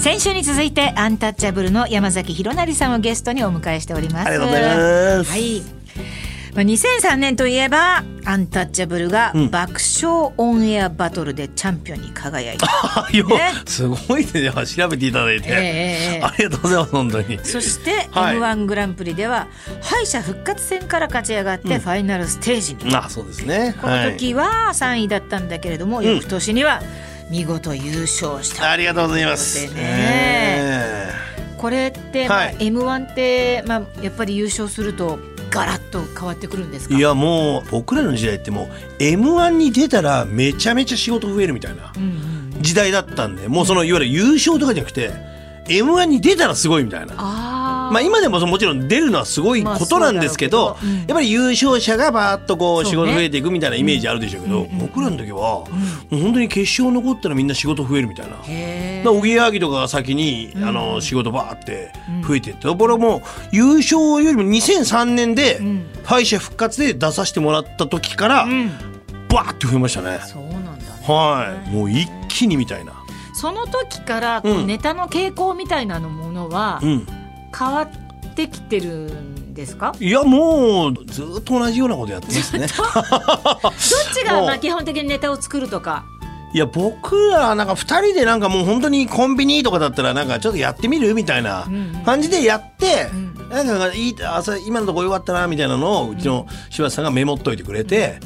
先週に続いてアンタッチャブルの山崎弘成さんをゲストにお迎えしておりますありがとうございますはいまあ2003年といえばアンタッチャブルが爆笑オンエアバトルでチャンピオンに輝いた、 あよねすごいね調べていただいて、ええええありがとうございます本当にそしてはい m 1グランプリでは敗者復活戦から勝ち上がってファイナルステージに、あそうですねこの時は3位だったんだけれども、翌年には見事優勝しはい、たありがとうございますということでねえこれって、まあはい m 1って、まあ、やっぱり優勝するとガラッと変わってくるんですかえいやもう僕らの時代ってもう m 1に出たらめちゃめちゃ仕事増えるみたいなうんうん、時代だったんでもうそのいわゆる優勝とかじゃなくて m 1に出たらすごいみたいなあー、まあ、今でもそのもちろん出るのはすごいことなんですけど,、まあそうだろうけどうんやっぱり優勝者がバーッとこうそうね仕事増えていくみたいなイメージあるでしょうけど、僕らの時は、もう本当に決勝残ったらみんな仕事増えるみたいな。だかへらーおぎやはぎとかが先に、あの仕事バーって増えていって、これも優勝よりも2003年でん敗者復活で出させてもらった時から、うん、バーって増えましたね。そうなんだねはい、もう一気にみたいな。その時からこううんネタの傾向みたいなのものはうん、変わってきてるんですか、いやもうずっと同じようなことやって ますね。どっちがもうまあ基本的にネタを作るとか。いや僕らはなんか2人でなんかもう本当にコンビニとかだったらなんかちょっとやってみるみたいなうんうん感じでやって、んなんかいい朝今のとこ良かったなみたいなのをうちの柴田さんがメモっといてくれて、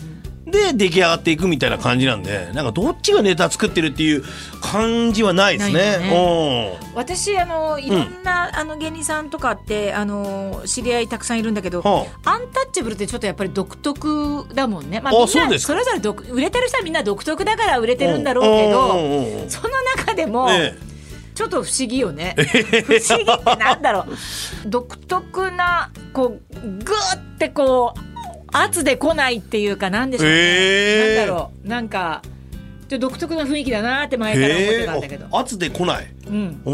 で出来上がっていくみたいな感じなんでなんかどっちがネタ作ってるっていう感じはないですないねよ。私あのいろんな、あの芸人さんとかってあの知り合いたくさんいるんだけど、はアンタッチャブルってちょっとやっぱり独特だもんね。まあ、あみんなそうですかそれぞれ独売れてる人はみんな独特だから売れうてるんだろうけうんど、うんうんうんその中でも、えちょっと不思議よね。不思議ってなんだろう。独特なこうグーってこう圧で来ないっていうかなんでしょうね。えなえんだろうなんかちょっと独特な雰囲気だなって前えから思ってへたんだけえど。あ圧で来ない。うん。お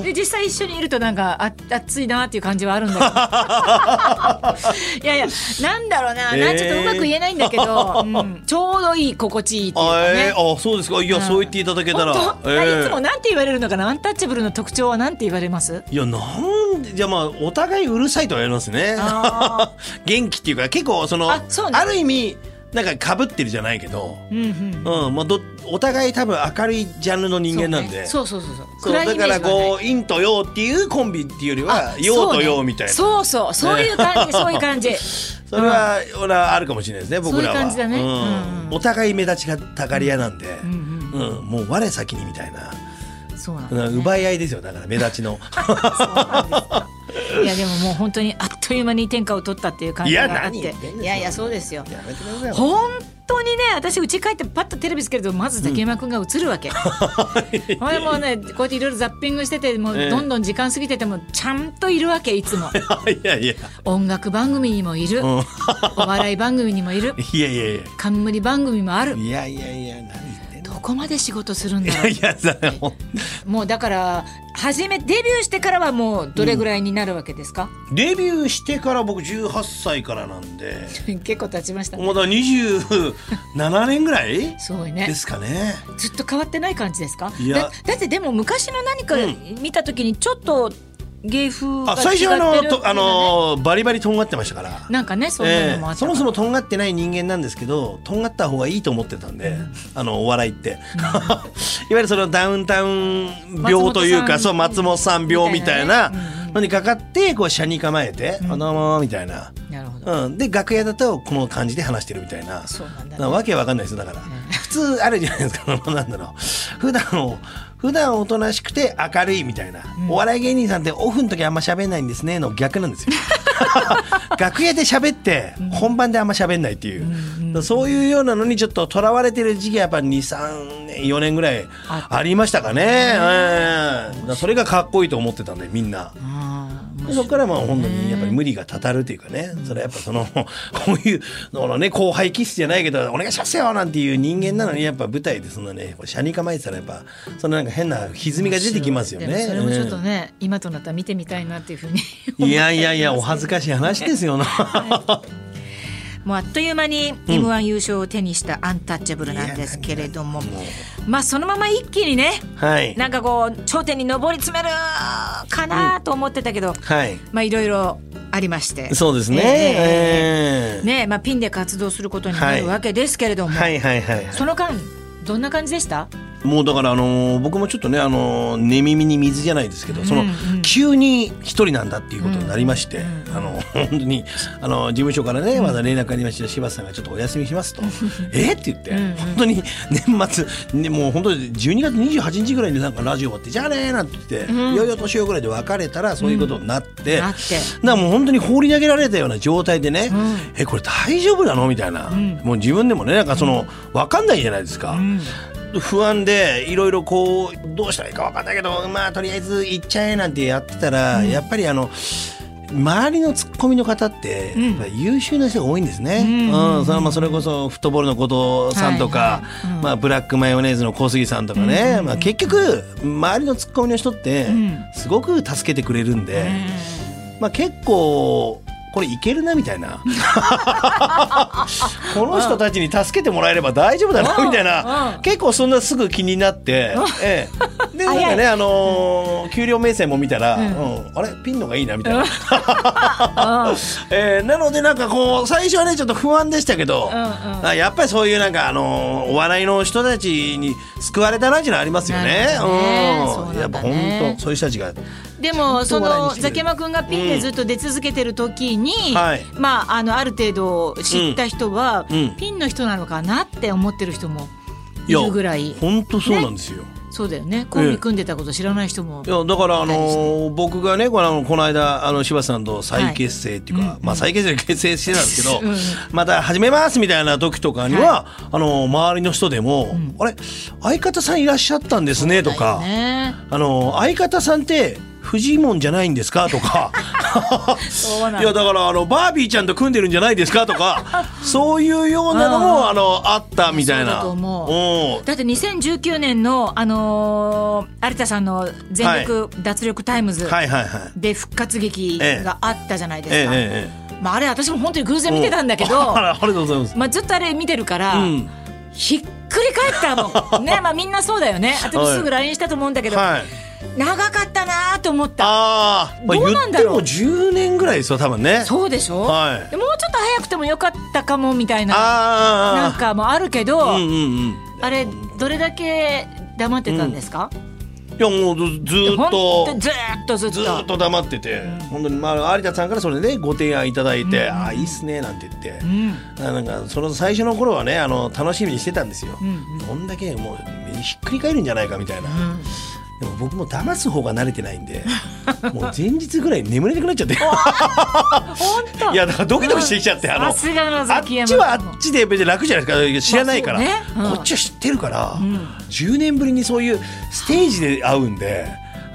ー で実際一緒にいるとなんかあ熱いなっていう感じはあるんだけ どいやいやなんだろうな,、えーなんちょっとうまく言えないんだけど、うんちょうどいい心地いいっていうあかねえーあそうですかいや、うんそう言っていただけたら。本当、えーいつもなんて言われるのかなアンタッチャブルの特徴はなんて言われますいや、なんで、じゃあまあ、お互いうるさいとは言われますねあ。 元気っていうか、結構、その、ああそうねる意味、なんか被ってるじゃないけど、うんうんうん、まあ、ど、お互い多分明るいジャンルの人間なんで。そう,、そうそうそうそう暗いだイメーかジらはないこう、陰と陽っていうコンビっていうよりは、陽と陽みたいな。そそう,、そうそうそういう 感じそういう感じれは、俺はあるかもしれないですね、僕らそういは。う感じだねんうんうんお互い目立ちがたがり屋なんで、うんん、もう我先にみたいな。そうなんだうん奪い合いですよ、だから目立 ちの。いやでももう本当にあっという間に天下を取ったっていう感じがあっていや何言ってんですよいやいやそうですよやめてください。本当にね私家帰ってパッとテレビつけるとまず竹山君が映るわ け、ほれもうねこうやっていろいろザッピングしててもうええどんどん時間過ぎててもちゃんといるわけいつも いやいや。音楽番組にもいる、お笑い番組にもいるいやいやいや。冠番組もあるいやいやいや、何言ってんどこまで仕事するんだの。ろいや、だからもうもうだから初めデビューしてからはもうどれぐらいになるわけですか、 うデビューしてから僕18歳からなんで、結構経ちましたねまだ27年ぐらいすごいねですかね。ずっと変わってない感じですかいやだだってでも昔の何か見た時にちょっと芸風が違あ、ってる最初あの、っていうとあの、バリバリとんがってましたから。なんかねそんなえのもあえったそから、もそもとんがってない人間なんですけどとんがった方がいいと思ってたんで、あのお笑いって いわゆるそのダウンタウン病というか松本さんそう松本さん病みたみたいいななねうんうんのにかかってこう車に構えて「あどうも」みたいな。なるほど、うん、で楽屋だとこの感じで話してるみたいなそうなんだねわけわかんないですよだから、普通あるじゃないですかなんだろう普段を普段おとなしくて明るいみたいな、お笑い芸人さんってオフの時あんま喋んないんですねの逆なん ですよ楽屋で喋って本番であんま喋んないっていう、そういうようなのにちょっととらわれてる時期はやっぱ23年4年ぐらいあありましたかねうんだからそれがかっこいいと思ってたんでみんな。あーでそこからまあ本当にやっぱり無理がたたるというかね、それはやっぱそのこういうののね後輩キスじゃないけどお願いしますよなんていう人間なのにやっぱ舞台でそんなね車に構えてたらやっぱそのなんか変な歪みが出てきますよでもね。それもちょっとうんね、今となったら見てみたいなっていうふうにいやいやいやお恥ずかしい話ですよな。 もうあっという間に m 1優勝を手にしたアンタッチャブルなんですけれども、まあそのまま一気にねはいなんかこう頂点に上り詰めるかなと思ってたけど、はいまあいろいろありましてそうですね、ええーねまあ、ピンで活動することになるわけですけれども、はいはいはいはいその間どんな感じでしたもうだからあのー僕もちょっとねあのー寝耳に水じゃないですけどその、うんうん急に一人なんだっていうことになりまして、あの本当にあの事務所からねまだ連絡ありました柴田さんがちょっとお休みし ますと「えっ?」って言って、本当に年末、ね、もう本当に12月28日ぐらいになんかラジオ終わって「じゃあね」なんて言って、いよいよ年をぐらいで別れたらそういうことになって、なってだからもう本当に放り投げられたような状態でね、えこれ大丈夫なのみたいな、もう自分でもねなんかその分かんないじゃないですか、 不安でいろいろこうどうしたらいいか分かんないけどまあとりあえず行っちゃえなんてやってたら、やっぱりあの周りのツッコミの方って、うんやっぱ優秀な人が多いんですね。ううんん、それはまあそれこそフットボールの後藤さんとか、はいはいうんまあブラックマヨネーズの小杉さんとかね、まあ結局周りのツッコミの人ってんすごく助けてくれるんで。まあ、結構これいけるなみたいな この人たちに助けてもらえれば大丈夫だうんなみたいなうん結構そんなすぐ気になって、え え、でなんか早ね、あのー給料明細も見たら、ううんんあれピンのがいいなみたいな、ああえーなのでなんかこう最初はねちょっと不安でしたけど、うんうんあやっぱりそういうなんか、あのーお笑いの人たちに救われたなっていうのはありますよねなるほどねそううん、なやっんぱだ本ね当そういう人たちがでもそちゃんと笑いのにしてくれザるキヤマ君がピンでずっと出続けてる時に、んはいまああのある程度知った人は、うんうんピンの人なのかなって思ってる人もいやるぐらい本当そうなんですよ。そうだよねコンビ組んでたこと知らない人も、いやだからあはいですのー僕がねこのあのこの間あの柴田さんと再結成っていうか、はいまあ再結成結成してたんですけど、うんまた始めますみたいな時とかには、あのー周りの人でも、あれ相方さんいらっしゃったんですねとか、ねあのー相方さんってフジモンじゃないんですかとか。 そうなんいやだからあのバービーちゃんと組んでるんじゃないですか とかそういうようなのもあのあったみたいな。そうだと思ううんだって2019年の、あのー有田さんの全力脱力タイムズはいはいはい。で復活劇があったじゃないでええすか、えまあ、あれ私も本当に偶え然見てたんだけうど、 あらありがとうございます。まあ、ずっとあれ見てるから、うんひっくり返ったも んねまあみんなそうだよね私もすぐ LINE したと思うんだけど、はい。長かったなーと思ったああ、どうなんだろう言っても10年ぐらいですよ多分ねそうでしょ、はいでもうちょっと早くてもよかったかもみたいなああなんかもあるけど、うんうんうんあれどれだけ黙ってたんですか、いやもうずずずーっとずーっとずっとずーっと黙ってて、本当にまあ有田さんからそれでご提案いただいて、ああいいっすねなんて言って、うんあなんかその最初の頃はねあの楽しみにしてたんですよ、うんどんだけもうひっくり返るんじゃないかみたいな、でも僕も騙す方が慣れてないんで もう前日ぐらい眠れなくなっちゃって本当 いやだからドキドキしてきちゃって、あのさすがのあっ崎山ちはあっちで別に楽じゃないですか知らないから、まあそうねうんこっちは知ってるから、10年ぶりにそういうステージで会うんで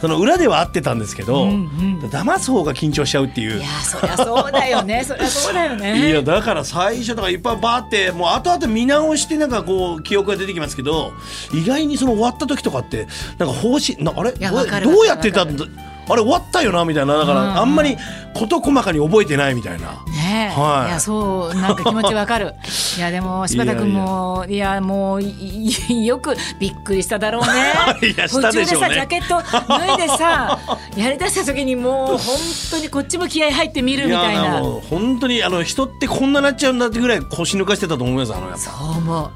その裏では会ってたんですけど、うんうん騙す方が緊張しちゃうっていう。いやそりゃそうだよねそりゃそうだよいねやだから最初とかいっぱいバーってもう後々見直してなんかこう記憶が出てきますけど意外にその終わった時とかってなんか方針なあれどやうわかるどうやってたわかんるだあれ終わったよなみたいなだかうんうんらあんまり事細かに覚えてないみたいな。ねえ、はいい、やそうなんか気持ちわか るいやでも柴田君もいやもういいよくびっくりしただろうね いや途し中たででしさょうねジャケット脱いで さやりだした時にもう本当にこっちも気合入って見るみたいやなもう本当にあの人ってこんななっちゃうんだってぐらい腰抜かしてたと思いますあのやっぱそう思う